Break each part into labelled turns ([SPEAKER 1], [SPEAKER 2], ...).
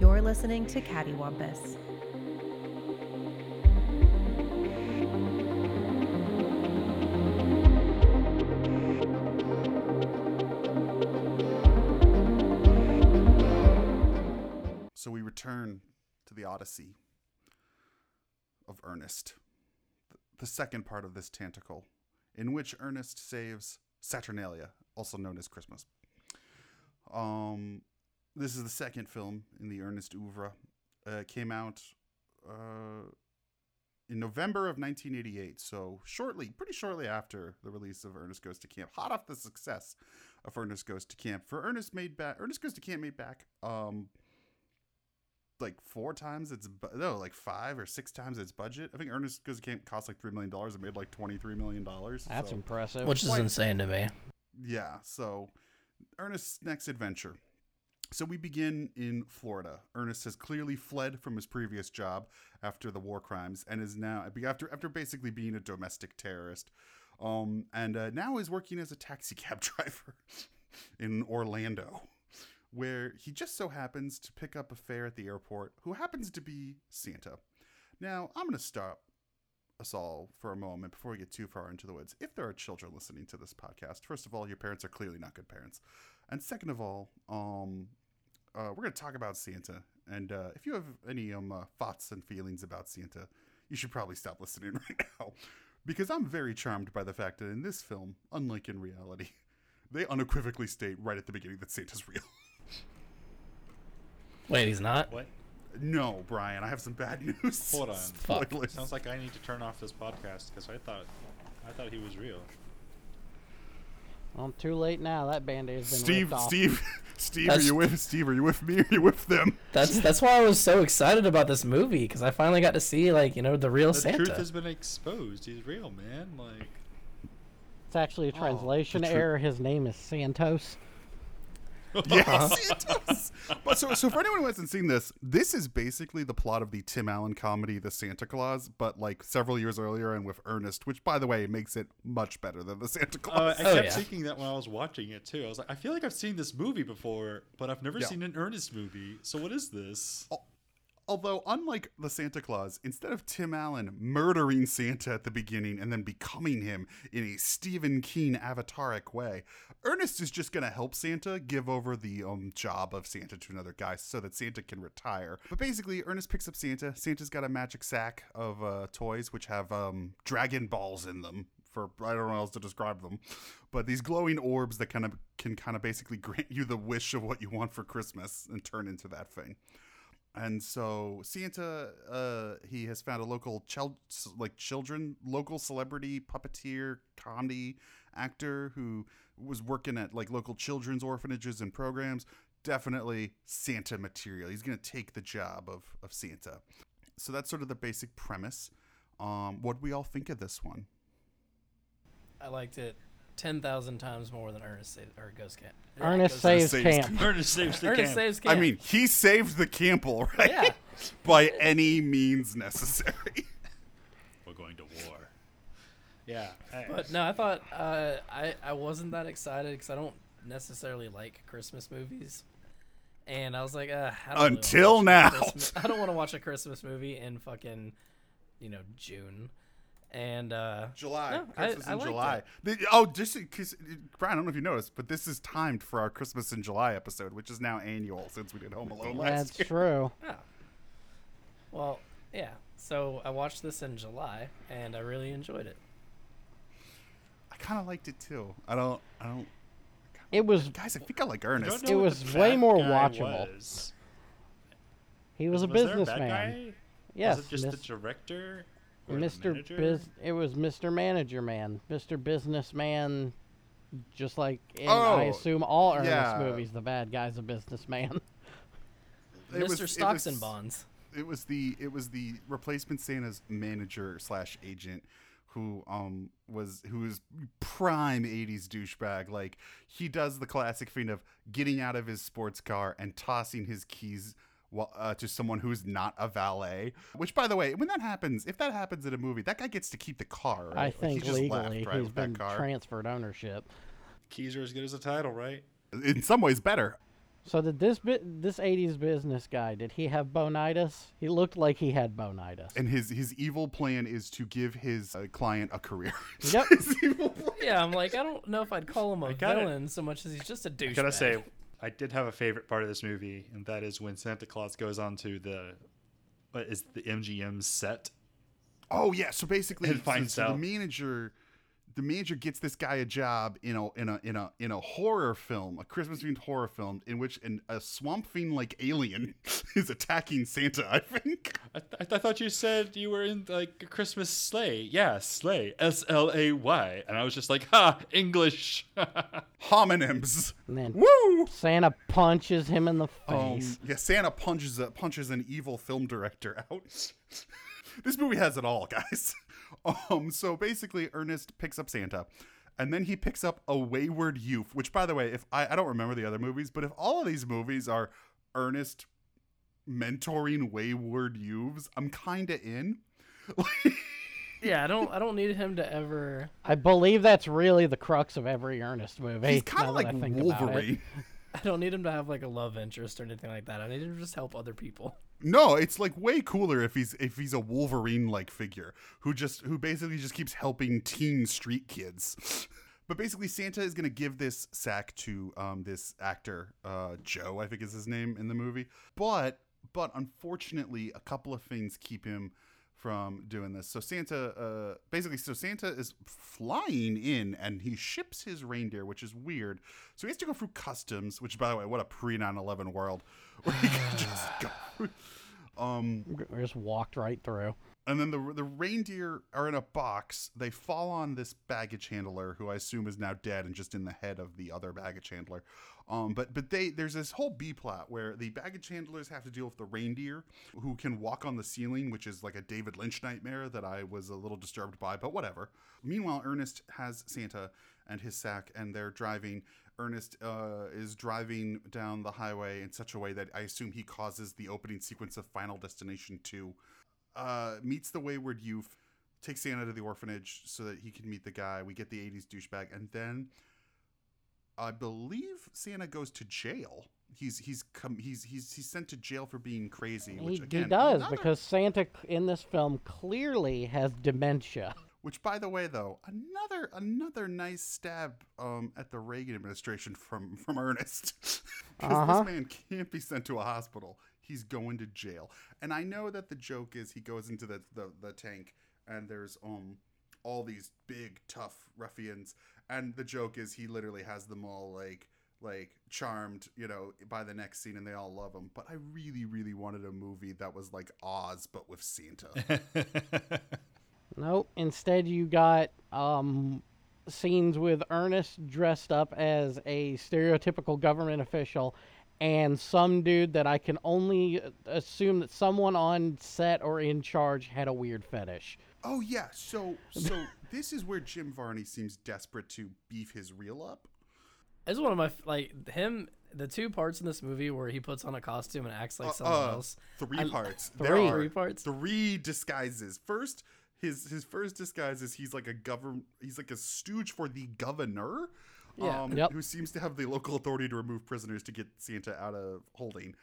[SPEAKER 1] You're listening to Cattywampus.
[SPEAKER 2] So we return to the Odyssey of Ernest, th- the second part of this tantacle, in which Ernest saves Saturnalia, also known as Christmas. Um, this is the second film in the Ernest oeuvre. Uh, it came out uh, in November of 1988, so shortly, pretty shortly after the release of Ernest Goes to Camp, hot off the success of Ernest Goes to Camp. For Ernest made back, Ernest Goes to Camp made back um, like four times its bu- no like five or six times its budget. I think Ernest Goes to Camp cost like three million dollars and made like twenty three million dollars.
[SPEAKER 3] That's
[SPEAKER 2] so,
[SPEAKER 3] impressive.
[SPEAKER 4] which is
[SPEAKER 2] Quite-
[SPEAKER 4] insane to me.
[SPEAKER 2] yeah. So Ernest's next adventure. So we begin in Florida. Ernest has clearly fled from his previous job after the war crimes and is now after after basically being a domestic terrorist. Um, and uh, now is working as a taxi cab driver in Orlando, where he just so happens to pick up a fare at the airport, who happens to be Santa. Now I'm gonna stop us all for a moment before we get too far into the woods. If there are children listening to this podcast, first of all, your parents are clearly not good parents, and second of all, um, uh, we're going to talk about Santa. And uh, if you have any um uh, thoughts and feelings about Santa, you should probably stop listening right now, because I'm very charmed by the fact that in this film, unlike in reality, they unequivocally state right at the beginning that Santa's real.
[SPEAKER 4] Wait, he's not.
[SPEAKER 5] What?
[SPEAKER 2] no, Brian, I have some bad news.
[SPEAKER 5] Hold on.
[SPEAKER 4] Fuck.
[SPEAKER 2] Spoilers.
[SPEAKER 5] Sounds like I need to turn off this podcast because I thought, I thought he was real.
[SPEAKER 3] I'm too late now. That band aid's been
[SPEAKER 2] Steve,
[SPEAKER 3] ripped off.
[SPEAKER 2] Steve, Steve, are
[SPEAKER 4] That's-
[SPEAKER 2] you with Steve? Are you with me? Are you with them?
[SPEAKER 4] That's that's why I was so excited about this movie because I finally got to see like you know the real
[SPEAKER 5] the
[SPEAKER 4] Santa.
[SPEAKER 5] truth has been exposed. He's real, man. Like,
[SPEAKER 3] It's actually a translation
[SPEAKER 2] Oh, the tru-
[SPEAKER 3] error. His name is Santos.
[SPEAKER 2] Yes, it does. But so, so for anyone who hasn't seen this, this is basically the plot of the Tim Allen comedy The Santa Claus, but like several years earlier and with Ernest, which by the way makes it much better than The Santa
[SPEAKER 5] uh,
[SPEAKER 2] Claus.
[SPEAKER 5] I
[SPEAKER 4] Oh,
[SPEAKER 5] kept
[SPEAKER 4] yeah.
[SPEAKER 5] thinking that when I was watching it too. I was like, I feel like I've seen this movie before, but I've never
[SPEAKER 2] Yeah.
[SPEAKER 5] seen an Ernest movie. So what is this?
[SPEAKER 3] Oh,
[SPEAKER 2] Although, unlike The Santa Claus, instead of Tim Allen murdering Santa at the beginning and then becoming him in a Stephen King avataric way, Ernest is just going to help Santa give over the um, job of Santa to another guy so that Santa can retire. But basically, Ernest picks up Santa. Santa's got a magic sack of uh, toys which have um, dragon balls in them. For I don't know how else to describe them, but these glowing orbs that kind of can kind of basically grant you the wish of what you want for Christmas and turn into that thing and so Santa, uh, he has found a local child, like children, local celebrity puppeteer, comedy actor who was working at like local children's orphanages and programs. Definitely Santa material. He's gonna take the job of of Santa. So that's sort of the basic premise. Um, what do we all think of this one?
[SPEAKER 4] I liked it ten thousand times more than Ernest Sa- or Ghost Camp. Yeah,
[SPEAKER 3] Ernest
[SPEAKER 4] Ghost-
[SPEAKER 3] saves
[SPEAKER 2] saves
[SPEAKER 3] camp.
[SPEAKER 5] Ernest saves the
[SPEAKER 4] Ernest
[SPEAKER 5] camp.
[SPEAKER 4] saves camp.
[SPEAKER 2] I mean, he saved the Campbell, right?
[SPEAKER 4] yeah.
[SPEAKER 2] By any means necessary.
[SPEAKER 5] We're going to war. Yeah. I-
[SPEAKER 4] But no, I thought uh, I I wasn't that excited because I don't necessarily like Christmas movies, and I was like, uh, I don't really wanna
[SPEAKER 2] Until
[SPEAKER 4] watch a
[SPEAKER 2] now.
[SPEAKER 4] Christmas- I don't want to watch a Christmas movie in fucking, you know, June, and uh,
[SPEAKER 2] July.
[SPEAKER 4] No, I-
[SPEAKER 2] Christmas
[SPEAKER 4] I
[SPEAKER 2] in
[SPEAKER 4] liked
[SPEAKER 2] July.
[SPEAKER 4] it.
[SPEAKER 2] The- oh, just because Brian, I don't know if you noticed, but this is timed for our Christmas in July episode, which is now annual since we did Home Alone last
[SPEAKER 3] That's
[SPEAKER 2] year.
[SPEAKER 3] true.
[SPEAKER 4] Yeah. Oh. Well, yeah. So I watched this in July, and I really enjoyed it.
[SPEAKER 2] I kind of liked it too. I don't. I don't.
[SPEAKER 3] It was
[SPEAKER 2] Guys, I think I like
[SPEAKER 5] I don't
[SPEAKER 2] Ernest.
[SPEAKER 5] know
[SPEAKER 3] It
[SPEAKER 5] what
[SPEAKER 3] was
[SPEAKER 5] the
[SPEAKER 3] way
[SPEAKER 5] bad
[SPEAKER 3] more
[SPEAKER 5] guy
[SPEAKER 3] watchable.
[SPEAKER 5] Was.
[SPEAKER 3] he was, a
[SPEAKER 5] there bad
[SPEAKER 3] businessman.
[SPEAKER 5] guy?
[SPEAKER 3] Yes,
[SPEAKER 5] Was it just
[SPEAKER 3] Mis-
[SPEAKER 5] the director? Or The
[SPEAKER 3] Mr.
[SPEAKER 5] manager?
[SPEAKER 3] Biz. It was Mr. Manager Man, Mr. Businessman. Just like in, I
[SPEAKER 2] Oh,
[SPEAKER 3] assume all Ernest
[SPEAKER 2] yeah.
[SPEAKER 3] movies, the bad guy's a businessman.
[SPEAKER 2] It was- it
[SPEAKER 4] Mr.
[SPEAKER 2] was-
[SPEAKER 4] Stocks and Bonds.
[SPEAKER 2] It was the it was the replacement Santa's manager slash agent who um was who is prime 80s douchebag like he does the classic thing of getting out of his sports car and tossing his keys wa- uh, to someone who's not a valet which by the way when that happens if that happens in a movie that guy gets to keep the car right?
[SPEAKER 3] I
[SPEAKER 2] Like, he
[SPEAKER 3] think
[SPEAKER 2] just left,
[SPEAKER 3] legally
[SPEAKER 2] right,
[SPEAKER 3] he's
[SPEAKER 2] with
[SPEAKER 3] been
[SPEAKER 2] that car
[SPEAKER 3] transferred ownership.
[SPEAKER 5] Keys are as good as the title, right?
[SPEAKER 2] in some ways better
[SPEAKER 3] So did this bi- this '80s business guy? Did he have bonitis? He looked like he had bonitis.
[SPEAKER 2] And his his evil plan is to give his uh, client a career.
[SPEAKER 3] Yep.
[SPEAKER 2] His evil plan.
[SPEAKER 4] Yeah, I'm like, I don't know if I'd call him a
[SPEAKER 5] got it.
[SPEAKER 4] villain so much as he's just a douchebag.
[SPEAKER 5] Gotta say, I did have a favorite part of this movie, and that is when Santa Claus goes on to the what is the MGM set.
[SPEAKER 2] Oh yeah, so basically,
[SPEAKER 5] And
[SPEAKER 2] so-
[SPEAKER 5] finds
[SPEAKER 2] so the
[SPEAKER 5] out.
[SPEAKER 2] manager, the manager gets this guy a job in a in a in a in a horror film, a Christmas themed horror film, in which an, a swamp fiend like alien is attacking Santa. I think.
[SPEAKER 5] I, th- I, th- I thought you said you were in like a Christmas sleigh. Yeah, sleigh, S L A Y, and I was just like, ha, English.
[SPEAKER 2] homonyms.
[SPEAKER 3] And then-
[SPEAKER 2] Woo!
[SPEAKER 3] Santa punches him in the
[SPEAKER 2] Um,
[SPEAKER 3] face.
[SPEAKER 2] yeah, Santa punches a, punches an evil film director out. this movie has it all, guys. Um, so basically, Ernest picks up Santa, and then he picks up a wayward youth. Which, by the way, if I, I don't remember the other movies, but if all of these movies are Ernest mentoring wayward youths, I'm kinda in.
[SPEAKER 4] yeah, I don't, I don't need him to ever.
[SPEAKER 3] I believe that's really the crux of every Ernest movie.
[SPEAKER 2] He's kind
[SPEAKER 3] now
[SPEAKER 2] of
[SPEAKER 3] that
[SPEAKER 2] like
[SPEAKER 3] I think about it.
[SPEAKER 2] Wolverine.
[SPEAKER 4] I don't need him to have like a love interest or anything like that. I need him to just help other people.
[SPEAKER 2] No, it's like way cooler if he's if he's a Wolverine like figure who just who basically just keeps helping teen street kids. But basically, Santa is gonna give this sack to um, this actor uh, Joe, I think is his name in the movie. But but unfortunately, a couple of things keep him from doing this. So Santa, uh, basically, so Santa is flying in and he ships his reindeer, which is weird. So he has to go through customs, which, by the way, what a pre 9 11 world where he can just go. through. Um,
[SPEAKER 3] We just walked right through.
[SPEAKER 2] and then the the reindeer are in a box. They fall on this baggage handler, who I assume is now dead and just in the head of the other baggage handler. Um, but but they there's this whole B plot where the baggage handlers have to deal with the reindeer, who can walk on the ceiling, which is like a David Lynch nightmare that I was a little disturbed by. But whatever. Meanwhile, Ernest has Santa and his sack, and they're driving. Ernest uh, is driving down the highway in such a way that I assume he causes the opening sequence of Final Destination 2 uh, meets the wayward youth, takes Santa to the orphanage so that he can meet the guy. We get the 80s douchebag, and then I believe Santa goes to jail. He's he's come he's he's he's sent to jail for being crazy.
[SPEAKER 3] He,
[SPEAKER 2] Which
[SPEAKER 3] he
[SPEAKER 2] again,
[SPEAKER 3] does
[SPEAKER 2] another-
[SPEAKER 3] because Santa c- in this film clearly has dementia.
[SPEAKER 2] Which, by the way, though, another another nice stab um, at the Reagan administration from from Ernest, because
[SPEAKER 3] Uh-huh.
[SPEAKER 2] this man can't be sent to a hospital. He's going to jail, and I know that the joke is he goes into the the, the tank, and there's um all these big tough ruffians, and the joke is he literally has them all like like charmed, you know, by the next scene, and they all love him. But I really, really wanted a movie that was like Oz but with Santa.
[SPEAKER 3] Nope. Instead, you got um, scenes with Ernest dressed up as a stereotypical government official and some dude that I can only uh, assume that someone on set or in charge had a weird fetish.
[SPEAKER 2] Oh yeah, so so this is where Jim Varney seems desperate to beef his reel up.
[SPEAKER 4] It's one of my f- like him. The two parts in this movie where he puts on a costume and acts like
[SPEAKER 2] Uh,
[SPEAKER 4] someone
[SPEAKER 2] uh,
[SPEAKER 4] else.
[SPEAKER 2] Three
[SPEAKER 4] I-
[SPEAKER 2] parts. there
[SPEAKER 4] Three.
[SPEAKER 2] are
[SPEAKER 4] Three parts?
[SPEAKER 2] Three disguises. First, his his first disguise is he's like a govern he's like a stooge for the governor.
[SPEAKER 4] Yeah.
[SPEAKER 2] Um,
[SPEAKER 3] Yep.
[SPEAKER 2] who seems to have the local authority to remove prisoners to get Santa out of holding.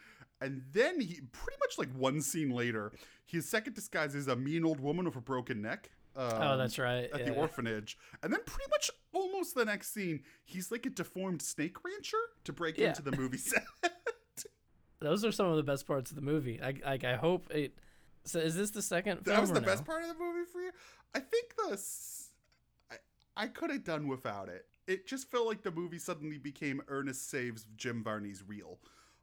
[SPEAKER 2] And then he pretty much like one scene later, his second disguise is a mean old woman with a broken neck.
[SPEAKER 4] oh,
[SPEAKER 2] um,
[SPEAKER 4] that's right.
[SPEAKER 2] at
[SPEAKER 4] yeah.
[SPEAKER 2] the orphanage. And then pretty much almost the next scene, he's like a deformed snake rancher to break
[SPEAKER 4] Yeah.
[SPEAKER 2] into the movie set.
[SPEAKER 4] Those are some of the best parts of the movie. I like. I hope it. So is this the second?
[SPEAKER 2] that
[SPEAKER 4] film
[SPEAKER 2] was
[SPEAKER 4] or
[SPEAKER 2] the
[SPEAKER 4] no?
[SPEAKER 2] best part of the movie for you. I think the s- I, I could have done without it. It just felt like the movie suddenly became Ernest saves Jim Varney's reel.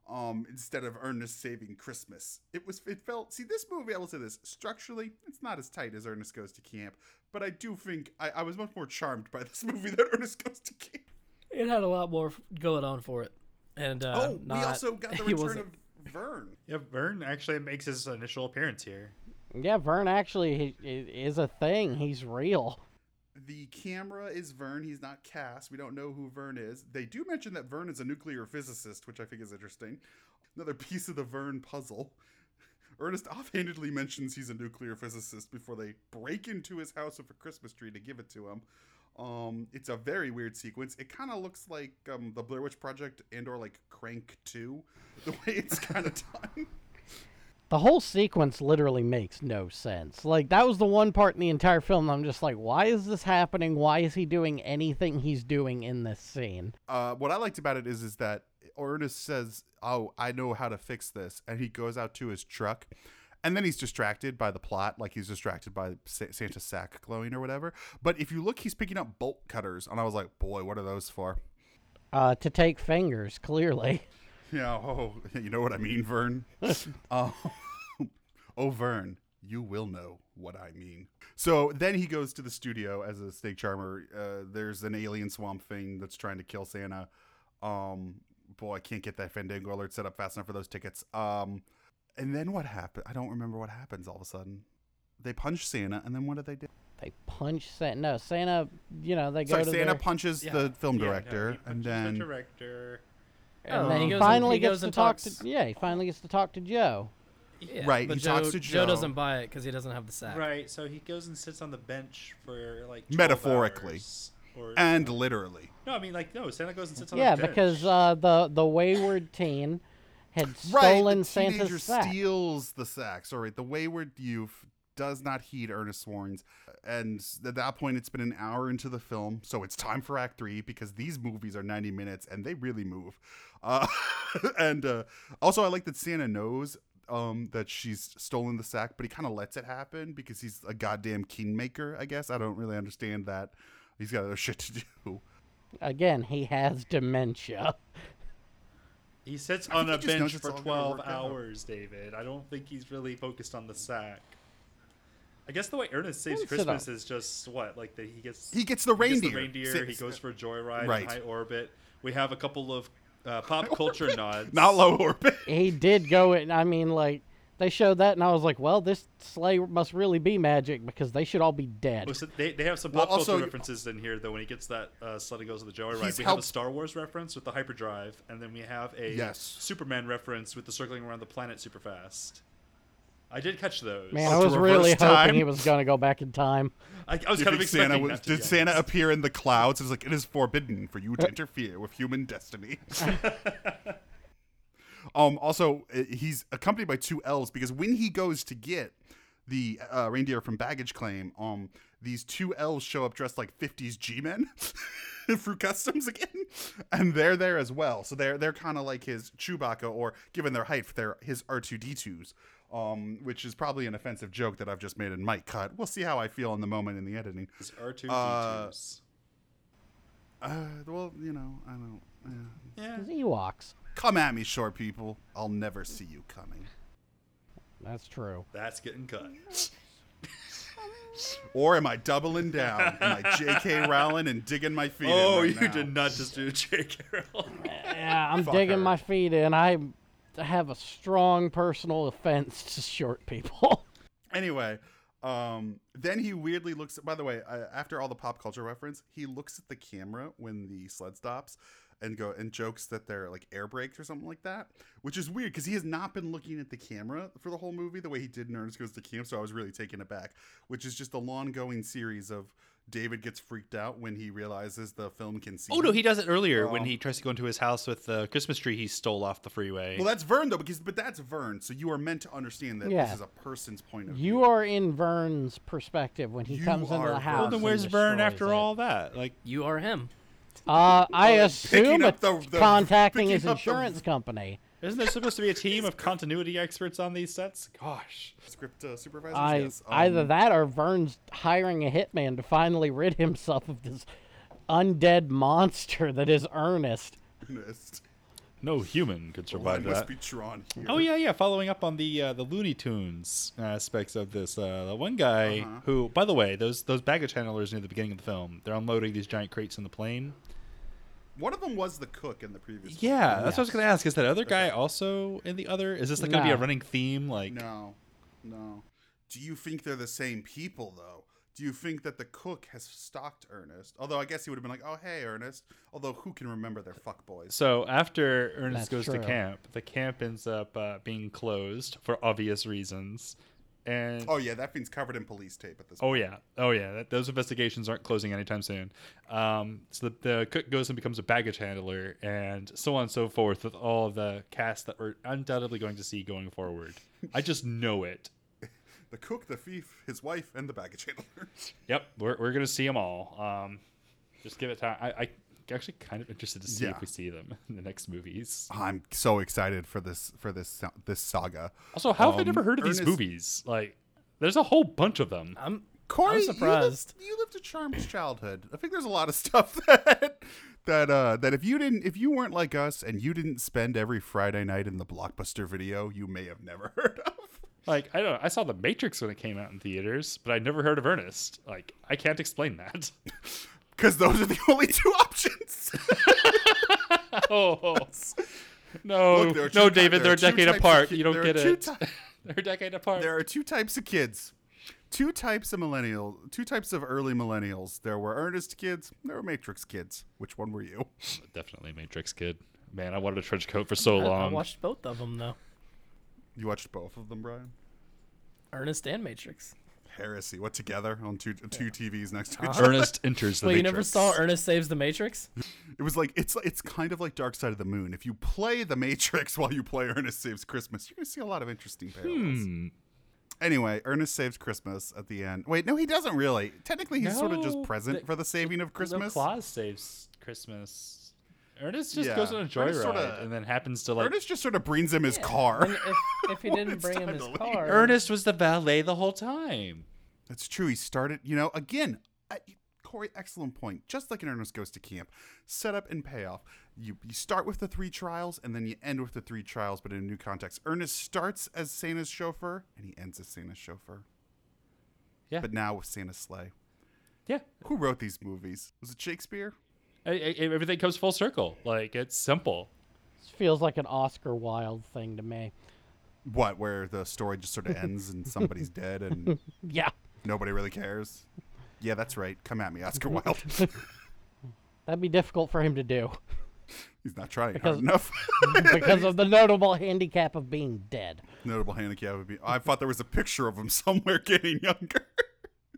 [SPEAKER 2] Um, instead of Ernest saving Christmas, it was it felt. See, this movie, I will say this structurally, it's not as tight as Ernest Goes to Camp, but I do think I, I was much more charmed by this movie than Ernest Goes to Camp.
[SPEAKER 4] It had a lot more f- going on for it, and uh,
[SPEAKER 2] oh,
[SPEAKER 4] not,
[SPEAKER 2] we also got the
[SPEAKER 4] he
[SPEAKER 2] return
[SPEAKER 4] wasn't-
[SPEAKER 2] of Vern.
[SPEAKER 5] yeah, Vern actually makes his initial appearance here.
[SPEAKER 3] Yeah, Vern actually i- i- is a thing. He's real.
[SPEAKER 2] The camera is Vern. He's not Cass. We don't know who Vern is. They do mention that Vern is a nuclear physicist, which I think is interesting. Another piece of the Vern puzzle. Ernest offhandedly mentions he's a nuclear physicist before they break into his house with a Christmas tree to give it to him. Um, it's a very weird sequence. It kind of looks like um, the Blair Witch Project and or like Crank Two, the way it's kind of done.
[SPEAKER 3] The whole sequence literally makes no sense. Like that was the one part in the entire film I'm just like, why is this happening? Why is he doing anything he's doing in this scene?
[SPEAKER 2] uh, what I liked about it is is that Ernest says, "Oh, I know how to fix this," and he goes out to his truck, and then he's distracted by the plot, like he's distracted by Sa- Santa's sack glowing or whatever. But if you look, he's picking up bolt cutters, and I was like, "Boy, what are those for?"
[SPEAKER 3] Uh, to take fingers, clearly.
[SPEAKER 2] Yeah, oh, you know what I mean, Vern. oh, oh, Vern, you will know what I mean. So then he goes to the studio as a snake charmer. Uh, there's an alien swamp thing that's trying to kill Santa. Um, boy, I can't get that Fandango alert set up fast enough for those tickets. Um, and then what happened? I don't remember what happens. All of a sudden, they punch Santa, and then what do they do?
[SPEAKER 3] They punch Santa. No, Santa. You know they go
[SPEAKER 2] Sorry,
[SPEAKER 3] to
[SPEAKER 2] Santa
[SPEAKER 3] their-
[SPEAKER 2] punches
[SPEAKER 5] Yeah.
[SPEAKER 2] the film
[SPEAKER 5] Yeah, no, he
[SPEAKER 2] director, and
[SPEAKER 5] punches the
[SPEAKER 2] then
[SPEAKER 5] director.
[SPEAKER 3] and
[SPEAKER 2] um,
[SPEAKER 4] Oh,
[SPEAKER 3] then
[SPEAKER 4] he
[SPEAKER 3] he
[SPEAKER 4] goes and-
[SPEAKER 3] finally
[SPEAKER 4] he
[SPEAKER 3] gets
[SPEAKER 4] goes
[SPEAKER 3] to
[SPEAKER 4] and
[SPEAKER 3] talk
[SPEAKER 4] talks-
[SPEAKER 3] to. Yeah, he finally gets to talk to Joe.
[SPEAKER 4] Yeah,
[SPEAKER 2] Right,
[SPEAKER 4] but
[SPEAKER 2] he talks to Joe.
[SPEAKER 4] doesn't buy it because he doesn't have the sack.
[SPEAKER 5] Right, so he goes and sits on the bench for like 12
[SPEAKER 2] Metaphorically.
[SPEAKER 5] hours, or,
[SPEAKER 2] and literally.
[SPEAKER 5] no, I mean like no, Santa goes and sits on
[SPEAKER 3] yeah,
[SPEAKER 5] the bench.
[SPEAKER 3] because uh, the the wayward teen had
[SPEAKER 2] right,
[SPEAKER 3] stolen
[SPEAKER 2] the teenager
[SPEAKER 3] Santa's sack.
[SPEAKER 2] steals the sack. Sorry, the wayward youth does not heed Ernest warnings, and at that point, it's been an hour into the film, so it's time for Act Three because these movies are ninety minutes and they really move. Uh, and uh, also, I like that Santa knows. Um, that she's stolen the sack, but he kind of lets it happen because he's a goddamn kingmaker. I guess I don't really understand that. He's got other shit to do.
[SPEAKER 3] Again, he has dementia.
[SPEAKER 5] he sits
[SPEAKER 2] I think
[SPEAKER 5] on
[SPEAKER 2] he
[SPEAKER 5] a
[SPEAKER 2] just knows
[SPEAKER 5] bench
[SPEAKER 2] it's
[SPEAKER 5] for
[SPEAKER 2] all gonna
[SPEAKER 5] twelve
[SPEAKER 2] work out.
[SPEAKER 5] hours, David. I don't think he's really focused on the sack. I guess the way Ernest saves
[SPEAKER 3] Who sit
[SPEAKER 5] Christmas
[SPEAKER 3] on-
[SPEAKER 5] is just what like that he gets
[SPEAKER 2] He gets the
[SPEAKER 5] He gets
[SPEAKER 2] reindeer.
[SPEAKER 5] the reindeer. He
[SPEAKER 2] Sa-
[SPEAKER 5] goes for a joyride
[SPEAKER 2] Right.
[SPEAKER 5] in high orbit. We have a couple of uh, pop culture nods.
[SPEAKER 2] not low orbit.
[SPEAKER 3] He did go in. I mean, like they showed that, and I was like, well, this sleigh must really be magic because they should all be
[SPEAKER 5] Oh,
[SPEAKER 3] dead.
[SPEAKER 5] so they, they have some
[SPEAKER 2] Well,
[SPEAKER 5] pop
[SPEAKER 2] also-
[SPEAKER 5] culture references in here though. When he gets that uh, sled and goes on the joyride, we
[SPEAKER 2] He's
[SPEAKER 5] have a
[SPEAKER 2] helped-
[SPEAKER 5] Star Wars reference with the hyperdrive, and then we have a
[SPEAKER 2] Yes.
[SPEAKER 5] Superman reference with the circling around the planet super fast. I did catch those.
[SPEAKER 3] Man, I
[SPEAKER 2] to
[SPEAKER 3] was
[SPEAKER 2] reverse
[SPEAKER 3] really
[SPEAKER 2] time?
[SPEAKER 3] hoping he was gonna go back in time.
[SPEAKER 5] I, I was
[SPEAKER 2] Do you
[SPEAKER 5] kind of
[SPEAKER 2] think
[SPEAKER 5] expecting
[SPEAKER 2] Santa
[SPEAKER 5] that,
[SPEAKER 2] was,
[SPEAKER 5] to be
[SPEAKER 2] did Santa
[SPEAKER 5] honest.
[SPEAKER 2] appear in the clouds? It's like it is forbidden for you to interfere with human destiny. um. Also, uh, he's accompanied by two elves because when he goes to get the uh, reindeer from baggage claim, um, these two elves show up dressed like '50s G-men through customs again, and they're there as well. So they're they're kind of like his Chewbacca, or given their height, they're his R2D2s. Um, which is probably an offensive joke that I've just made and might cut. We'll see how I feel in the moment in the editing.
[SPEAKER 5] It's R2D2s.
[SPEAKER 2] Uh, well, you know, I don't. yeah.
[SPEAKER 5] yeah.
[SPEAKER 3] His Ewoks.
[SPEAKER 2] Come at me, short people. I'll never see you coming.
[SPEAKER 3] That's true.
[SPEAKER 5] That's getting cut.
[SPEAKER 2] Or am I doubling down? Am I J.K. Rowling and digging my feet? in
[SPEAKER 5] Oh,
[SPEAKER 2] right
[SPEAKER 5] you
[SPEAKER 2] now?
[SPEAKER 5] did not just do J. Carroll.
[SPEAKER 3] Yeah, I'm
[SPEAKER 2] Fucker.
[SPEAKER 3] digging my feet in. I have a strong personal offense to short people.
[SPEAKER 2] Anyway, um, then he weirdly looks. By the way, uh, after all the pop culture reference, he looks at the camera when the sled stops, and go and jokes that they're like air brakes or something like that, which is weird because he has not been looking at the camera for the whole movie the way he did in Ernest Goes to Camp. So I was really taken aback, which is just a long going series of. David gets freaked out when he realizes the film can see.
[SPEAKER 5] Oh no,
[SPEAKER 2] him.
[SPEAKER 5] he does it earlier when
[SPEAKER 2] Um,
[SPEAKER 5] he tries to go into his house with the Christmas tree he stole off the freeway.
[SPEAKER 2] Well, that's Vern though, because but that's Vern, so you are meant to understand that this
[SPEAKER 3] Yeah.
[SPEAKER 2] is a person's point of view.
[SPEAKER 3] You are in Vern's perspective when he
[SPEAKER 2] You
[SPEAKER 3] comes into
[SPEAKER 2] are
[SPEAKER 3] the
[SPEAKER 2] Vern.
[SPEAKER 3] house.
[SPEAKER 2] Well,
[SPEAKER 5] then
[SPEAKER 3] and
[SPEAKER 5] where's Vern
[SPEAKER 3] destroys
[SPEAKER 5] after
[SPEAKER 3] it.
[SPEAKER 5] all that? Like,
[SPEAKER 4] You are him.
[SPEAKER 3] Uh, I
[SPEAKER 2] picking
[SPEAKER 3] assume
[SPEAKER 2] up
[SPEAKER 3] it's
[SPEAKER 2] the- the-
[SPEAKER 3] contacting
[SPEAKER 2] picking
[SPEAKER 3] his
[SPEAKER 2] up the-
[SPEAKER 3] insurance company.
[SPEAKER 5] isn't there supposed to be a team of continuity experts on these sets? Gosh.
[SPEAKER 2] script uh, supervisors.
[SPEAKER 3] I
[SPEAKER 2] yes. Um,
[SPEAKER 3] either that or Vern's hiring a hitman to finally rid himself of this undead monster that is Ernest.
[SPEAKER 2] Ernest.
[SPEAKER 5] No human could
[SPEAKER 2] Line
[SPEAKER 5] survive
[SPEAKER 2] must
[SPEAKER 5] that.
[SPEAKER 2] be drawn here.
[SPEAKER 5] Oh yeah, yeah. Following up on the uh, the Looney Tunes aspects of this, uh, the one guy who, by the way, those those baggage handlers near the beginning of the film, they're unloading these giant crates in the plane.
[SPEAKER 2] One of them was the cook in the previous. one.
[SPEAKER 5] Yeah, that's what I was gonna ask. Is that other guy also in the other? Is this like gonna be a
[SPEAKER 3] No.
[SPEAKER 5] running theme? Like,
[SPEAKER 2] No, no. Do you think they're the same people though? Do you think that the cook has stalked Ernest? Although I guess he would have been like, "Oh hey, Ernest." Although who can remember their fuck boys?
[SPEAKER 5] So after Ernest
[SPEAKER 3] That's
[SPEAKER 5] goes to
[SPEAKER 3] true.
[SPEAKER 5] camp, the camp ends up uh, being closed for obvious reasons. and
[SPEAKER 2] Oh yeah, that thing's covered in police tape at this. point.
[SPEAKER 5] Oh yeah, oh yeah. That, those investigations aren't closing anytime soon. Um, so the, the cook goes and becomes a baggage handler, and so on and so forth with all of the cast that we're undoubtedly going to see going forward. I just know it.
[SPEAKER 2] The cook, the thief, his wife, and the baggage handler.
[SPEAKER 5] Yep, we're, we're gonna see them all. Um, just give it time. I, I actually kind of interested to see
[SPEAKER 2] Yeah.
[SPEAKER 5] if we see them in the next movies.
[SPEAKER 2] I'm so excited for this for this so- this saga.
[SPEAKER 5] Also, how have I
[SPEAKER 2] Um,
[SPEAKER 5] never heard of these
[SPEAKER 2] Ernest-
[SPEAKER 5] movies? Like, there's a whole bunch of them.
[SPEAKER 4] I'm
[SPEAKER 2] Corey,
[SPEAKER 4] I'm
[SPEAKER 2] you lived-
[SPEAKER 4] surprised.
[SPEAKER 2] You lived, a charmed childhood. I think there's a lot of stuff that that uh, that if you didn't, if you weren't like us, and you didn't spend every Friday night in the blockbuster video, you may have never heard of.
[SPEAKER 5] Like, I don't. know. I saw The Matrix when it came out in theaters, but I never heard of Ernest. Like, I can't explain that.
[SPEAKER 2] Because those are the only two options.
[SPEAKER 5] Oh no,
[SPEAKER 2] Look, there are two
[SPEAKER 5] no,
[SPEAKER 2] ti-
[SPEAKER 5] David,
[SPEAKER 2] there
[SPEAKER 5] they're
[SPEAKER 2] are
[SPEAKER 5] a
[SPEAKER 2] two
[SPEAKER 5] decade
[SPEAKER 2] types of
[SPEAKER 5] apart.
[SPEAKER 2] ki-
[SPEAKER 5] You don't
[SPEAKER 2] there are
[SPEAKER 5] get
[SPEAKER 2] two
[SPEAKER 5] it.
[SPEAKER 2] ti-
[SPEAKER 5] They're a decade apart.
[SPEAKER 2] there are two types of kids. Two types of millennial, two types of early millennials. There were earnest kids. There were Matrix kids. Which one were you?
[SPEAKER 5] Definitely Matrix kid. Man, I wanted a trench coat for so
[SPEAKER 4] I, I
[SPEAKER 5] long.
[SPEAKER 4] watched both of them though,
[SPEAKER 2] You watched both of them, Brian.
[SPEAKER 4] Ernest and Matrix.
[SPEAKER 2] Heresy. What together on two two TVs next
[SPEAKER 5] Uh,
[SPEAKER 2] to each other?
[SPEAKER 5] Ernest enters the
[SPEAKER 4] Wait, you
[SPEAKER 5] Matrix.
[SPEAKER 4] never saw Ernest Saves the Matrix?
[SPEAKER 2] It was like it's it's kind of like Dark Side of the Moon. If you play The Matrix while you play Ernest Saves Christmas, you're gonna see a lot of interesting parallels.
[SPEAKER 5] Hmm.
[SPEAKER 2] Anyway, Ernest saves Christmas at the end. Wait, no, he doesn't really. Technically, he's sort of just
[SPEAKER 5] No,
[SPEAKER 2] present
[SPEAKER 5] the-
[SPEAKER 2] for the saving of Christmas.
[SPEAKER 5] No, Claus saves Christmas. Ernest just
[SPEAKER 2] Yeah.
[SPEAKER 5] goes on a joyride
[SPEAKER 2] Ernest sorta-
[SPEAKER 5] and then happens to like.
[SPEAKER 2] Ernest just sort of brings him his car.
[SPEAKER 4] And if, if he
[SPEAKER 2] When
[SPEAKER 4] didn't
[SPEAKER 2] it's
[SPEAKER 4] bring him
[SPEAKER 2] time
[SPEAKER 4] his
[SPEAKER 2] to leave.
[SPEAKER 4] car,
[SPEAKER 5] Ernest was the valet the whole time.
[SPEAKER 2] That's true. He started, you know, again, I, Corey, excellent point. Just like an Ernest Goes to Camp, setup and payoff. You, you start with the three trials and then you end with the three trials, but in a new context. Ernest starts as Santa's chauffeur and he ends as Santa's chauffeur.
[SPEAKER 5] Yeah.
[SPEAKER 2] But now with Santa's sleigh.
[SPEAKER 5] Yeah,
[SPEAKER 2] Who wrote these movies? Was it Shakespeare?
[SPEAKER 5] I- I- everything comes full circle. Like it's simple.
[SPEAKER 3] This feels like an Oscar Wilde thing to me.
[SPEAKER 2] What, where the story just sort of ends and somebody's dead and
[SPEAKER 3] Yeah,
[SPEAKER 2] nobody really cares? Yeah, that's right. Come at me, Oscar Wilde.
[SPEAKER 3] that'd be difficult for him to do
[SPEAKER 2] He's not trying
[SPEAKER 3] Because-
[SPEAKER 2] hard enough.
[SPEAKER 3] because of the notable handicap of being dead.
[SPEAKER 2] notable handicap would be I thought there was a picture of him somewhere getting younger.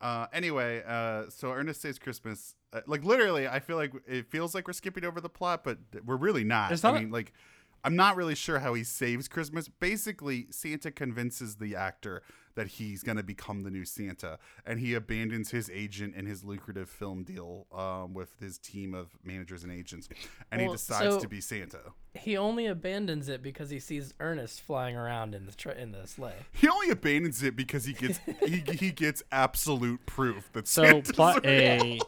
[SPEAKER 2] Uh, anyway, uh, so Ernest Saves Christmas, uh, like literally, I feel like it feels like we're skipping over the plot, but we're really not.
[SPEAKER 5] It's
[SPEAKER 2] I
[SPEAKER 5] not-
[SPEAKER 2] mean, like, I'm not really sure how he saves Christmas. Basically, Santa convinces the actor that he's going to become the new Santa, and he abandons his agent and his lucrative film deal um, with his team of managers and agents, and he
[SPEAKER 4] Well,
[SPEAKER 2] decides
[SPEAKER 4] so-
[SPEAKER 2] to be Santa.
[SPEAKER 4] he only abandons it because he sees Ernest flying around in the tra- in the sleigh.
[SPEAKER 2] He only abandons it because he gets he, he gets absolute proof that
[SPEAKER 5] So
[SPEAKER 2] Santa's
[SPEAKER 5] plot
[SPEAKER 2] real.
[SPEAKER 5] A.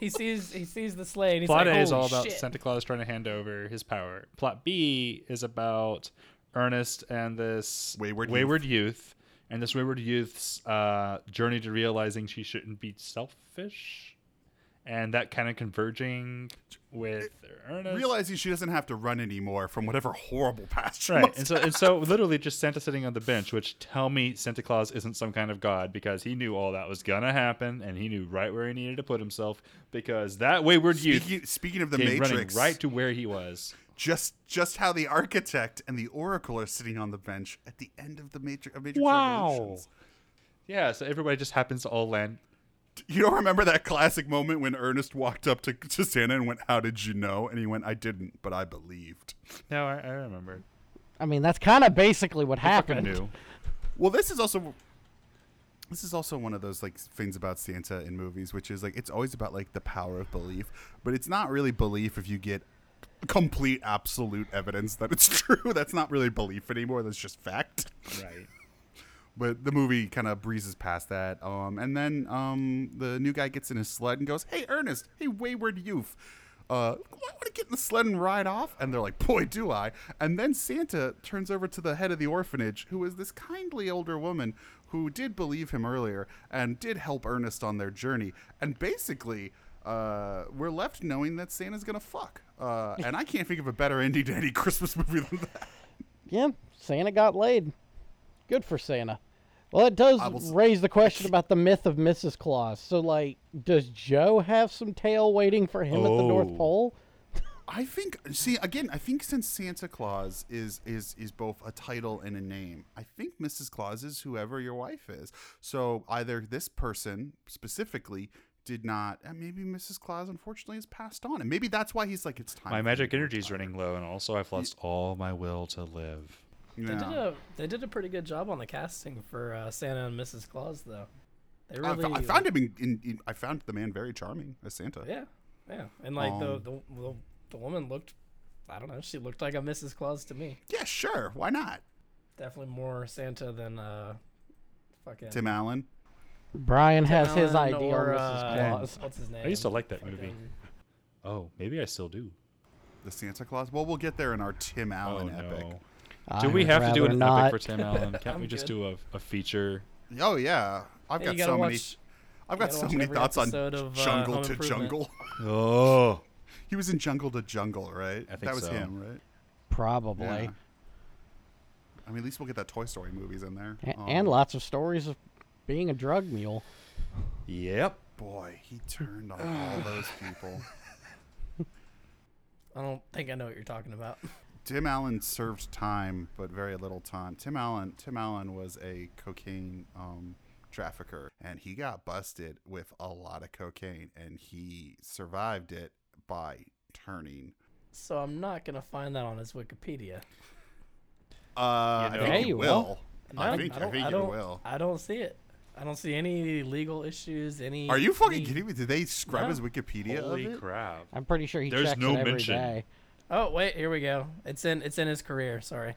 [SPEAKER 4] He sees he sees the sleigh and he's
[SPEAKER 5] plot
[SPEAKER 4] like,
[SPEAKER 5] A is
[SPEAKER 4] "Holy
[SPEAKER 5] all about
[SPEAKER 4] shit."
[SPEAKER 5] Santa Claus trying to hand over his power. Plot B is about Ernest and this
[SPEAKER 2] Wayward
[SPEAKER 5] youth, and this wayward youth's uh, journey to realizing she shouldn't be selfish, and that kind of converging with Ernest.
[SPEAKER 2] realizing she doesn't have to run anymore from whatever horrible past. she
[SPEAKER 5] Right,
[SPEAKER 2] must
[SPEAKER 5] and so and so, literally just Santa sitting on the bench. Which tell me, Santa Claus isn't some kind of god because he knew all that was gonna happen, and he knew right where he needed to put himself because that wayward youth
[SPEAKER 2] Speaking, speaking of the
[SPEAKER 5] came running
[SPEAKER 2] Matrix,
[SPEAKER 5] right to where he was.
[SPEAKER 2] just just how the architect and the oracle are sitting on the bench at the end of the Matrix. Of Matrix
[SPEAKER 5] Wow.
[SPEAKER 2] Revolutions.
[SPEAKER 5] Yeah, so everybody just happens to all land.
[SPEAKER 2] You don't remember that classic moment when Ernest walked up to, to Santa and went, "How did you know?" And he went, "I didn't, but I believed."
[SPEAKER 5] No, I, I remember.
[SPEAKER 3] I mean, that's kind of basically what
[SPEAKER 5] I
[SPEAKER 3] happened.
[SPEAKER 5] knew.
[SPEAKER 2] Well, this is also this is also one of those like things about Santa in movies, which is like it's always about like the power of belief, but it's not really belief if you get complete absolute evidence that it's true. That's not really belief anymore. That's just fact.
[SPEAKER 5] Right.
[SPEAKER 2] But the movie kind of breezes past that. Um, and then um, the new guy gets in his sled and goes, "Hey, Ernest. Hey, wayward youth." Uh, I want to get in the sled and ride off, and they're like, "Boy, do I!" And then Santa turns over to the head of the orphanage, who is this kindly older woman who did believe him earlier and did help Ernest on their journey. And basically, uh, we're left knowing that Santa's gonna fuck. Uh, and I can't think of a better ending to any Christmas movie than that.
[SPEAKER 3] Yeah, Santa got laid. Good for Santa. Well, it does
[SPEAKER 2] I will s-
[SPEAKER 3] raise the question about the myth of Mrs. Claus. So, like, does Joe have some tail waiting for him at the North
[SPEAKER 5] Oh.
[SPEAKER 3] Pole?
[SPEAKER 2] I think see again, I think since Santa Claus is is is both a title and a name, I think Mrs. Claus is whoever your wife is. So either this person specifically did not and maybe Mrs. Claus unfortunately has passed on. And maybe that's why he's like it's time.
[SPEAKER 5] My
[SPEAKER 2] for
[SPEAKER 5] magic
[SPEAKER 2] me to
[SPEAKER 5] energy is
[SPEAKER 2] retire."
[SPEAKER 5] running low, and also I've lost all my will to live.
[SPEAKER 4] They did
[SPEAKER 2] Yeah.
[SPEAKER 4] a they did a pretty good job on the casting for uh, Santa and Mrs. Claus though. They
[SPEAKER 2] I,
[SPEAKER 4] really
[SPEAKER 2] fo- I found him in, in, in I found the man very charming as Santa.
[SPEAKER 4] Yeah, yeah, and like the,
[SPEAKER 2] Um,
[SPEAKER 4] the the the woman looked, I don't know, she looked like a Mrs. Claus to me.
[SPEAKER 2] Yeah, sure. Why not?
[SPEAKER 4] Definitely more Santa than uh, fucking
[SPEAKER 2] Tim Allen.
[SPEAKER 3] Brian has
[SPEAKER 4] Tim
[SPEAKER 3] his
[SPEAKER 4] Allen
[SPEAKER 3] idea
[SPEAKER 4] or,
[SPEAKER 3] on
[SPEAKER 4] uh,
[SPEAKER 3] Mrs. Claus.
[SPEAKER 4] What's his name?
[SPEAKER 5] I used to like that movie.
[SPEAKER 4] Fucking-
[SPEAKER 5] Oh, maybe I still do.
[SPEAKER 2] The Santa Claus. Well, we'll get there in our Tim
[SPEAKER 5] oh
[SPEAKER 2] Allen epic.
[SPEAKER 5] no. Do we have to do an epic for Tim Allen? Can't
[SPEAKER 4] I'm
[SPEAKER 5] we just
[SPEAKER 4] good.
[SPEAKER 5] do a, a feature?
[SPEAKER 2] Oh yeah, I've
[SPEAKER 4] Yeah, you
[SPEAKER 2] got
[SPEAKER 4] gotta
[SPEAKER 2] so many.
[SPEAKER 4] watch-
[SPEAKER 2] I've got
[SPEAKER 4] gotta
[SPEAKER 2] so
[SPEAKER 4] watch
[SPEAKER 2] many
[SPEAKER 4] every
[SPEAKER 2] thoughts on
[SPEAKER 4] episode of, uh,
[SPEAKER 2] Jungle
[SPEAKER 4] Home
[SPEAKER 2] to
[SPEAKER 4] Improvement.
[SPEAKER 2] Jungle.
[SPEAKER 5] Oh.
[SPEAKER 2] He was in Jungle to Jungle, right?
[SPEAKER 5] I think
[SPEAKER 2] that was
[SPEAKER 5] so.
[SPEAKER 2] him, right?
[SPEAKER 3] Probably.
[SPEAKER 2] Yeah. I mean, at least we'll get that Toy Story movies in there.
[SPEAKER 3] A-
[SPEAKER 2] Um,
[SPEAKER 3] and lots of stories of being a drug mule.
[SPEAKER 5] Yep.
[SPEAKER 2] boy, he turned on all those people.
[SPEAKER 4] I don't think I know what you're talking about.
[SPEAKER 2] Tim Allen served time, but very little time. Tim Allen, Tim Allen was a cocaine um, trafficker, and he got busted with a lot of cocaine, and he survived it by turning.
[SPEAKER 4] So I'm not gonna find that on his Wikipedia.
[SPEAKER 2] Uh,
[SPEAKER 5] You
[SPEAKER 2] I
[SPEAKER 5] know.
[SPEAKER 2] think
[SPEAKER 3] Yeah,
[SPEAKER 2] you
[SPEAKER 3] you
[SPEAKER 2] will. I
[SPEAKER 4] No,
[SPEAKER 2] think I,
[SPEAKER 4] don't-
[SPEAKER 2] think you
[SPEAKER 4] don't-
[SPEAKER 2] will.
[SPEAKER 4] I don't see it. I don't see any legal issues. Any?
[SPEAKER 2] Are you fucking
[SPEAKER 4] any-
[SPEAKER 2] kidding me? Did they scrub
[SPEAKER 4] No.
[SPEAKER 2] his Wikipedia? of
[SPEAKER 5] Holy
[SPEAKER 2] it?
[SPEAKER 5] crap.
[SPEAKER 3] I'm pretty sure he
[SPEAKER 5] There's
[SPEAKER 3] checks
[SPEAKER 5] no
[SPEAKER 3] it every
[SPEAKER 5] mention.
[SPEAKER 3] day.
[SPEAKER 4] Oh wait, here we go. It's in it's in his career. Sorry.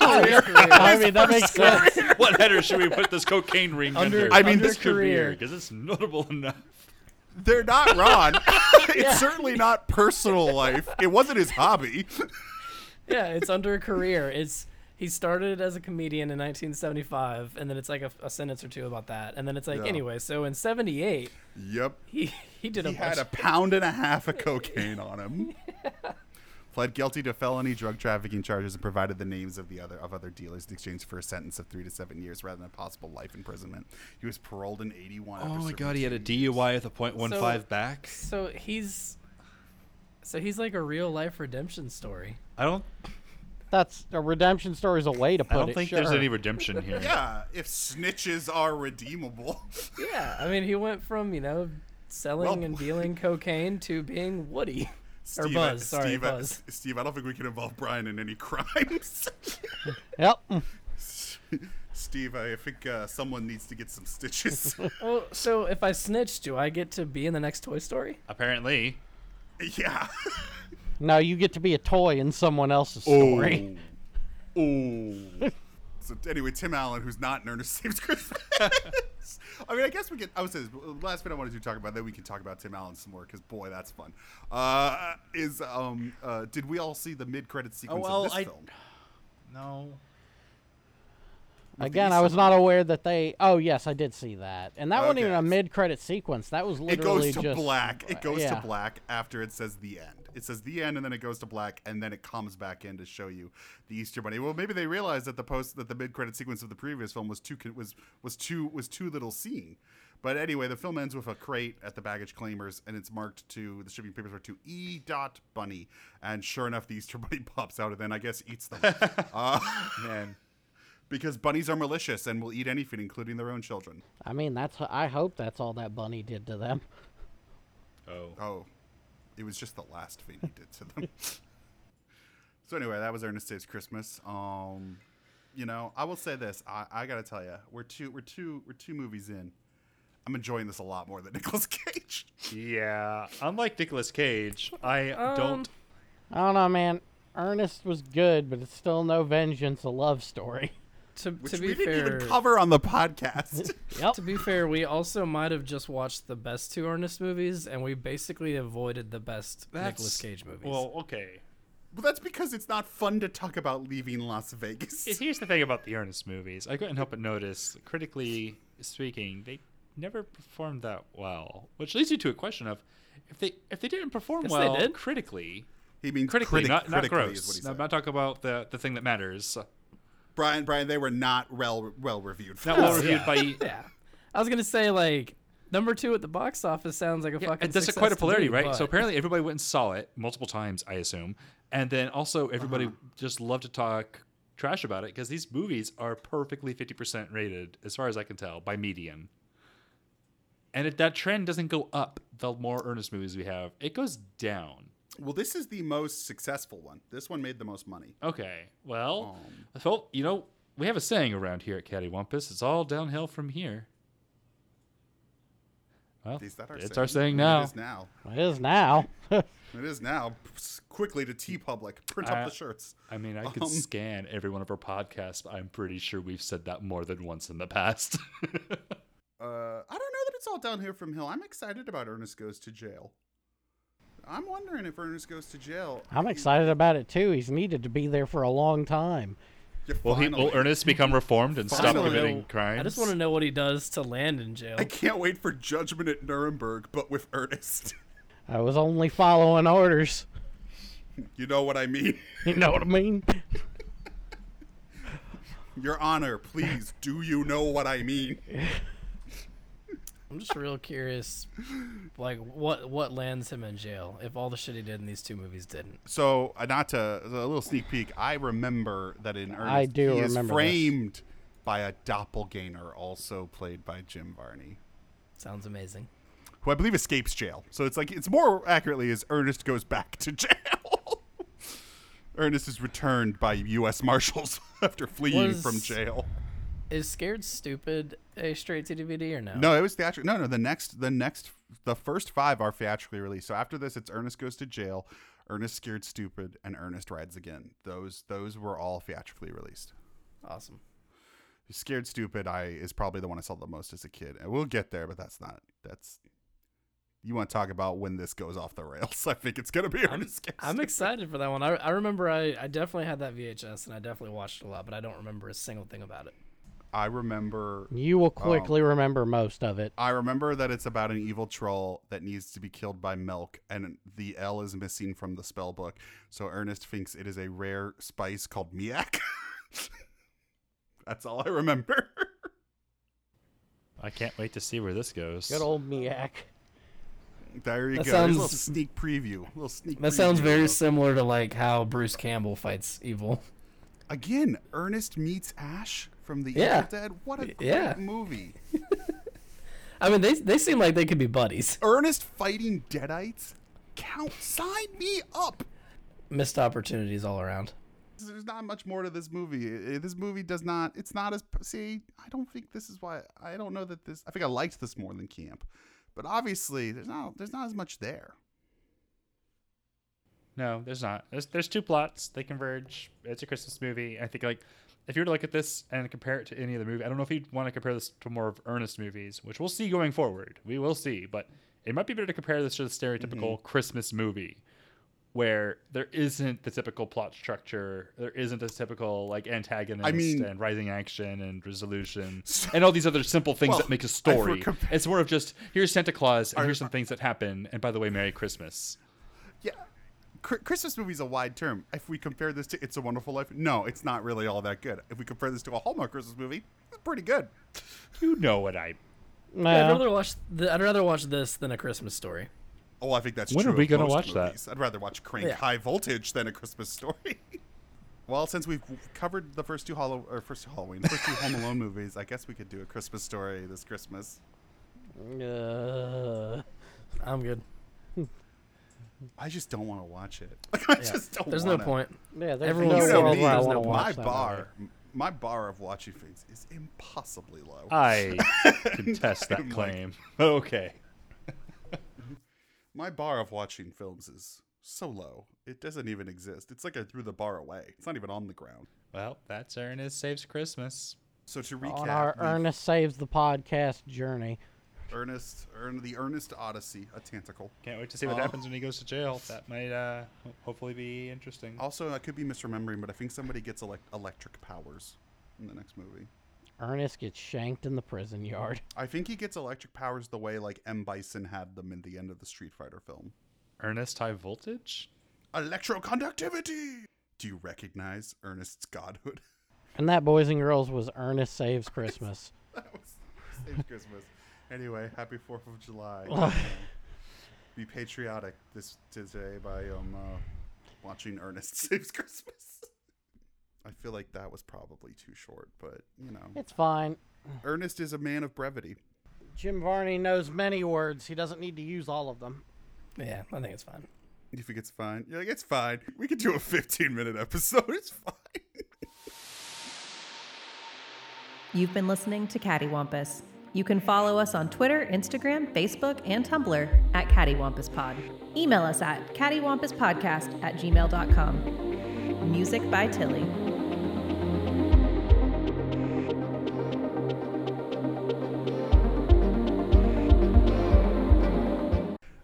[SPEAKER 3] I mean, that makes sense.
[SPEAKER 5] what header should we put this cocaine ring
[SPEAKER 4] Under-
[SPEAKER 5] under?
[SPEAKER 4] I mean,
[SPEAKER 5] this
[SPEAKER 4] under
[SPEAKER 5] could be
[SPEAKER 4] career.
[SPEAKER 5] because it's notable enough.
[SPEAKER 2] They're not Ron. it's certainly not personal life. It wasn't his hobby.
[SPEAKER 4] yeah, it's under career. It's he started as a comedian in 1975, and then it's like a, a sentence or two about that, and then it's like
[SPEAKER 2] Yeah.
[SPEAKER 4] anyway. So in '78,
[SPEAKER 2] yep.
[SPEAKER 4] he he did
[SPEAKER 2] He
[SPEAKER 4] a bunch.
[SPEAKER 2] had a pound and a half of cocaine on him. Pled guilty to felony drug trafficking charges and provided the names of the other of other dealers in exchange for a sentence of three to seven years rather than a possible life imprisonment. He was paroled in eighty one.
[SPEAKER 5] Oh he had a DUI with a
[SPEAKER 4] .15 So-
[SPEAKER 5] back.
[SPEAKER 4] so he's so he's like a real life redemption story.
[SPEAKER 5] I don't.
[SPEAKER 3] That's a redemption story is a way to put
[SPEAKER 5] I
[SPEAKER 3] it.
[SPEAKER 5] don't think there's
[SPEAKER 3] sure.
[SPEAKER 5] any redemption here.
[SPEAKER 2] Yeah, if snitches are redeemable.
[SPEAKER 4] Yeah, I mean he went from you know selling
[SPEAKER 2] Well-
[SPEAKER 4] and dealing cocaine to being Woody or
[SPEAKER 2] I-
[SPEAKER 4] Buzz. Sorry,
[SPEAKER 2] Steve, I-
[SPEAKER 4] Buzz.
[SPEAKER 2] Steve, I don't think we can involve Brian in any crimes.
[SPEAKER 3] Yep.
[SPEAKER 2] Steve, I think uh, someone needs to get some stitches.
[SPEAKER 4] Oh, so if I snitch, do I get to be in the next Toy Story?
[SPEAKER 5] Apparently.
[SPEAKER 2] yeah.
[SPEAKER 3] No, you get to be a toy in someone else's story.
[SPEAKER 2] Oh. so anyway, Tim Allen, who's not in Ernest Saves Christmas. I mean, I guess we can. I would say this. but the Last bit I wanted to talk about, then we can talk about Tim Allen some more because boy, that's fun. Uh, is um, uh, did we all see the mid-credit sequence
[SPEAKER 4] Oh,
[SPEAKER 5] well,
[SPEAKER 2] of this
[SPEAKER 5] I-
[SPEAKER 2] film?
[SPEAKER 5] No.
[SPEAKER 3] Again, I was not aware that they. Oh yes, I did see that, and that wasn't even
[SPEAKER 2] Okay.
[SPEAKER 3] a mid-credit sequence. That was
[SPEAKER 2] It
[SPEAKER 3] literally
[SPEAKER 2] goes to
[SPEAKER 3] just
[SPEAKER 2] black. It goes
[SPEAKER 3] yeah.
[SPEAKER 2] to black after it says the end. It says the end, and then it goes to black, and then it comes back in to show you the Easter Bunny. Well, maybe they realized that the post that the mid credit sequence of the previous film was too con- was was too was too little seen. But anyway, the film ends with a crate at the baggage claimers, and it's marked to the shipping papers are to E. Dot Bunny, and sure enough, the Easter Bunny pops out and then I guess eats them uh,
[SPEAKER 5] Man.
[SPEAKER 2] because bunnies are malicious and will eat anything, including their own children.
[SPEAKER 3] I mean, that's. I hope that's all that bunny did to them.
[SPEAKER 5] Oh.
[SPEAKER 2] Oh, it was just the last thing he did to them. so anyway, that was Ernest Saves Christmas. Um, you know, I will say this. I, I gotta tell you, we're two, we're two, we're two movies in. I'm enjoying this a lot more than Nicolas Cage.
[SPEAKER 5] Yeah. Unlike Nicolas Cage, I
[SPEAKER 4] Um,
[SPEAKER 5] don't.
[SPEAKER 3] I don't know, man. Ernest was good, but it's still no vengeance, a love story.
[SPEAKER 4] To,
[SPEAKER 2] Which
[SPEAKER 4] to be
[SPEAKER 2] we didn't
[SPEAKER 4] fair,
[SPEAKER 2] even cover on the podcast.
[SPEAKER 3] Yep.
[SPEAKER 4] to be fair, we also might have just watched the best two Ernest movies, and we basically avoided the best Nicolas Cage movies.
[SPEAKER 5] Well, okay.
[SPEAKER 2] well, that's because it's not fun to talk about leaving Las Vegas.
[SPEAKER 5] Here's the thing about the Ernest movies. I couldn't help but notice, critically speaking, they never performed that well. Which leads you to a question of, if they if they didn't perform
[SPEAKER 4] Yes, they
[SPEAKER 5] well
[SPEAKER 4] did.
[SPEAKER 5] critically,
[SPEAKER 2] He means
[SPEAKER 5] critically,
[SPEAKER 2] critic-
[SPEAKER 5] not, not
[SPEAKER 2] critically
[SPEAKER 5] gross.
[SPEAKER 2] Is what he
[SPEAKER 5] No, I'm
[SPEAKER 2] said.
[SPEAKER 5] not talking about the, the thing that matters.
[SPEAKER 2] Brian, Brian, they were not well well reviewed.
[SPEAKER 5] Not
[SPEAKER 2] films.
[SPEAKER 5] well reviewed by
[SPEAKER 4] yeah. I was gonna say like Number two at the box office sounds like a
[SPEAKER 5] Yeah,
[SPEAKER 4] fucking.
[SPEAKER 5] and that's
[SPEAKER 4] success
[SPEAKER 5] quite a
[SPEAKER 4] to
[SPEAKER 5] polarity,
[SPEAKER 4] me,
[SPEAKER 5] right?
[SPEAKER 4] but-
[SPEAKER 5] So apparently everybody went and saw it multiple times, I assume, and then also everybody
[SPEAKER 4] Uh-huh.
[SPEAKER 5] just loved to talk trash about it because these movies are perfectly fifty percent rated, as far as I can tell, by median. And it, that trend doesn't go up the more earnest movies we have; it goes down.
[SPEAKER 2] Well, this is the most successful one. This one made the most money.
[SPEAKER 5] Okay, well,
[SPEAKER 2] Um.
[SPEAKER 5] so, you know we have a saying around here at Cattywampus: it's all downhill from here. Well,
[SPEAKER 2] Is that our
[SPEAKER 5] it's
[SPEAKER 2] saying?
[SPEAKER 5] our saying
[SPEAKER 2] I mean,
[SPEAKER 5] now.
[SPEAKER 2] It is now.
[SPEAKER 3] It is now.
[SPEAKER 2] It is now. Psst, Quickly to T Public. Print
[SPEAKER 5] Uh,
[SPEAKER 2] up the shirts.
[SPEAKER 5] I mean, I could
[SPEAKER 2] Um,
[SPEAKER 5] scan every one of our podcasts. But I'm pretty sure we've said that more than once in the past.
[SPEAKER 2] Uh, I don't know that it's all down here from Hill. I'm excited about Ernest Goes to Jail. I'm wondering if Ernest Goes to Jail.
[SPEAKER 3] I'm excited about it too. He's needed to be there for a long time.
[SPEAKER 2] Yeah,
[SPEAKER 5] will he? Will
[SPEAKER 2] finally.
[SPEAKER 5] Ernest become reformed and
[SPEAKER 4] I
[SPEAKER 5] stop
[SPEAKER 4] just wanna
[SPEAKER 5] committing
[SPEAKER 4] know-
[SPEAKER 5] crimes?
[SPEAKER 4] I just want to know what he does to land in jail.
[SPEAKER 2] I can't wait for Judgment at Nuremberg, but with Ernest.
[SPEAKER 3] I was only following orders.
[SPEAKER 2] you know what I mean?
[SPEAKER 3] You know what I mean?
[SPEAKER 2] Your Honor, please, do you know what I mean?
[SPEAKER 4] I'm just real curious, like what what lands him in jail if all the shit he did in these two movies didn't.
[SPEAKER 2] So, uh, not to a little sneak peek, I remember that in Ernest,
[SPEAKER 3] I do
[SPEAKER 2] he is
[SPEAKER 3] remember this.
[SPEAKER 2] framed by a doppelganger, also played by Jim Varney,
[SPEAKER 4] Sounds amazing.
[SPEAKER 2] who I believe escapes jail. So it's like it's more accurately as Ernest goes back to jail. Ernest is returned by U.S. Marshals after fleeing
[SPEAKER 4] Was-
[SPEAKER 2] from jail.
[SPEAKER 4] Is Scared Stupid a straight to DVD or no?
[SPEAKER 2] No, it was theatrical. No, no, the next, the next, the first five are theatrically released. So after this, it's Ernest goes to jail, Ernest scared stupid, and Ernest rides again. Those, those were all theatrically released.
[SPEAKER 4] Awesome.
[SPEAKER 2] Scared Stupid I is probably the one I saw the most as a kid. And we'll get there, but that's not that's you want to talk about when this goes off the rails. I think it's gonna be
[SPEAKER 4] I'm,
[SPEAKER 2] Ernest Scared
[SPEAKER 4] I'm
[SPEAKER 2] Stupid.
[SPEAKER 4] excited for that one. I, I remember I, I definitely had that VHS and I definitely watched it a lot, but I don't remember a single thing about it.
[SPEAKER 2] I remember
[SPEAKER 3] You will
[SPEAKER 2] Oh.
[SPEAKER 3] quickly remember most of it.
[SPEAKER 2] I remember that it's about an evil troll that needs to be killed by milk, and the L is missing from the spell book. So Ernest thinks it is a rare spice called miak. That's all I remember.
[SPEAKER 5] I can't wait to see where this goes.
[SPEAKER 3] Good old Miak.
[SPEAKER 2] there you
[SPEAKER 4] That
[SPEAKER 2] go. There's a little
[SPEAKER 4] sounds-
[SPEAKER 2] sneak preview. A little sneak.
[SPEAKER 4] That sounds
[SPEAKER 2] preview
[SPEAKER 4] very
[SPEAKER 2] of-
[SPEAKER 4] similar to like how Bruce Campbell fights evil.
[SPEAKER 2] Again, Ernest meets Ash from the
[SPEAKER 4] Yeah.
[SPEAKER 2] Evil Dead. What a great
[SPEAKER 4] Yeah.
[SPEAKER 2] movie.
[SPEAKER 4] I mean, they they seem like they could be buddies.
[SPEAKER 2] Ernest fighting Deadites? Count, sign me up.
[SPEAKER 4] Missed opportunities all around.
[SPEAKER 2] There's not much more to this movie. Eh, This movie does not, it's not as, see, I don't think this is why, I don't know that this, I think I liked this more than Camp. But obviously, there's not, there's not as much there.
[SPEAKER 5] No, there's not. There's there's two plots. They converge. It's a Christmas movie. I think like if you were to look at this and compare it to any other movie, I don't know if you'd want to compare this to more of earnest movies, which we'll see going forward. We will see, but it might be better to compare this to the stereotypical
[SPEAKER 2] Mm-hmm.
[SPEAKER 5] Christmas movie, where there isn't the typical plot structure, there isn't a typical like antagonist
[SPEAKER 2] mean-
[SPEAKER 5] and rising action and resolution and all these other simple things
[SPEAKER 2] Well,
[SPEAKER 5] that make a
[SPEAKER 2] if we're
[SPEAKER 5] story.
[SPEAKER 2] compa-
[SPEAKER 5] it's more of just here's Santa Claus and here's some things that happen, and by the way, Merry Christmas.
[SPEAKER 2] Yeah. Cr- Christmas movie's a wide term. If we compare this to It's a Wonderful Life, no, it's not really all that good. If we compare this to a Hallmark Christmas movie, it's pretty good.
[SPEAKER 5] You know what I
[SPEAKER 4] I'd
[SPEAKER 3] Well,
[SPEAKER 4] rather watch th- I'd rather watch this than a Christmas story.
[SPEAKER 2] Oh, I think that's
[SPEAKER 5] When
[SPEAKER 2] true.
[SPEAKER 5] are we
[SPEAKER 2] of
[SPEAKER 5] gonna
[SPEAKER 2] most
[SPEAKER 5] watch that?
[SPEAKER 2] movies. I'd rather watch Crank
[SPEAKER 4] Yeah.
[SPEAKER 2] High Voltage than A Christmas Story. well, since we've covered the first two Hollow or first two Halloween, first two Home Alone movies, I guess we could do A Christmas Story this Christmas.
[SPEAKER 3] uh,
[SPEAKER 4] I'm good.
[SPEAKER 2] I just don't want to watch it. Like, I
[SPEAKER 4] Yeah.
[SPEAKER 2] just don't.
[SPEAKER 4] There's
[SPEAKER 2] wanna.
[SPEAKER 4] no point.
[SPEAKER 3] yeah, there's
[SPEAKER 4] Everyone's
[SPEAKER 3] no
[SPEAKER 4] so
[SPEAKER 3] world where I
[SPEAKER 4] there's
[SPEAKER 3] want to
[SPEAKER 4] no-
[SPEAKER 2] my
[SPEAKER 3] watch that
[SPEAKER 2] bar, my bar of watching things is impossibly low.
[SPEAKER 5] I contest that claim. Okay.
[SPEAKER 2] my bar of watching films is so low it doesn't even exist. It's like I threw the bar away. It's not even on the ground.
[SPEAKER 5] Well, that's Ernest Saves Christmas.
[SPEAKER 2] So to
[SPEAKER 3] movie.
[SPEAKER 2] recap,
[SPEAKER 3] On our
[SPEAKER 2] we've-
[SPEAKER 3] Ernest Saves the Podcast journey.
[SPEAKER 2] Ernest, Ern, the Ernest Odyssey, a tentacle.
[SPEAKER 5] Can't wait to see what
[SPEAKER 2] Oh.
[SPEAKER 5] happens when he goes to jail. That might uh, ho- hopefully be interesting.
[SPEAKER 2] Also, I could be misremembering, but I think somebody gets elec electric powers in the next movie.
[SPEAKER 3] Ernest gets shanked in the prison yard.
[SPEAKER 2] I think he gets electric powers the way like M Bison had them in the end of the Street Fighter film.
[SPEAKER 5] Ernest High Voltage?
[SPEAKER 2] Electroconductivity. Do you recognize Ernest's godhood?
[SPEAKER 3] And that, boys and girls, was Ernest Saves Christmas.
[SPEAKER 2] that was Save Christmas. Anyway, happy Fourth of July. Be patriotic this today by um uh, watching Ernest Saves Christmas. I feel like that was probably too short, but you know,
[SPEAKER 3] It's fine.
[SPEAKER 2] Ernest is a man of brevity.
[SPEAKER 3] Jim Varney knows many words. He doesn't need to use all of them.
[SPEAKER 4] Yeah, I think it's fine.
[SPEAKER 2] You think it's fine? You're like, it's fine. We could do a 15 minute episode. It's fine.
[SPEAKER 1] You've been listening to Cattywampus. You can follow us on Twitter, Instagram, Facebook, and Tumblr at CattywampusPod. Email us at cattywampuspodcast at gmail.com. Music by Tilly.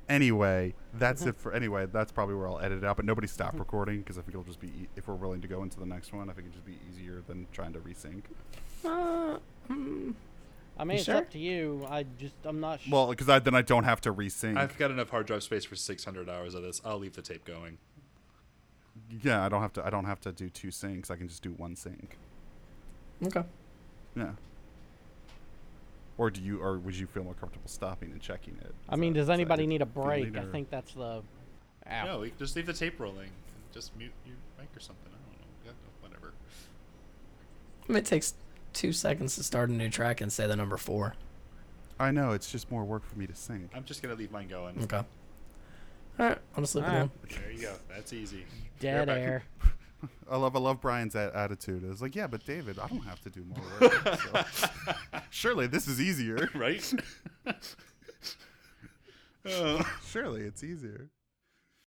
[SPEAKER 2] Anyway, that's it for. Anyway, that's probably where I'll edit it out. But nobody stop recording because I think it'll just be e- if we're willing to go into the next one. I think it'd just be easier than trying to resync.
[SPEAKER 4] Uh,
[SPEAKER 3] I mean, it's
[SPEAKER 5] sure?
[SPEAKER 3] up to you. I just, I'm not sure.
[SPEAKER 2] Well, because I, then I don't have to resync.
[SPEAKER 5] I've got enough hard drive space for 600 hours of this. I'll leave the tape going.
[SPEAKER 2] yeah, I don't have to. I don't have to do two syncs. I can just do one sync.
[SPEAKER 4] Okay.
[SPEAKER 2] Yeah. Or do you? Or would you feel more comfortable stopping and checking it?
[SPEAKER 3] I mean, does anybody need a break? I
[SPEAKER 2] uh, leader-
[SPEAKER 3] think that's the. Ow.
[SPEAKER 5] No, we- just leave the tape rolling. Just mute your mic or something. I don't know. Yeah, whatever.
[SPEAKER 4] It takes two seconds to start a new track and say the number four.
[SPEAKER 2] I know it's just more work for me to sync.
[SPEAKER 5] I'm just gonna leave mine going.
[SPEAKER 4] Okay. All right, I'm sleeping
[SPEAKER 3] All right.
[SPEAKER 4] now.
[SPEAKER 5] There you go. That's easy.
[SPEAKER 3] Dead
[SPEAKER 5] Everybody-
[SPEAKER 3] air.
[SPEAKER 2] I love I love Brian's a- attitude. I was like, yeah, but David, I don't have to do more work. so. Surely this is easier.
[SPEAKER 5] Right?
[SPEAKER 2] Surely it's easier.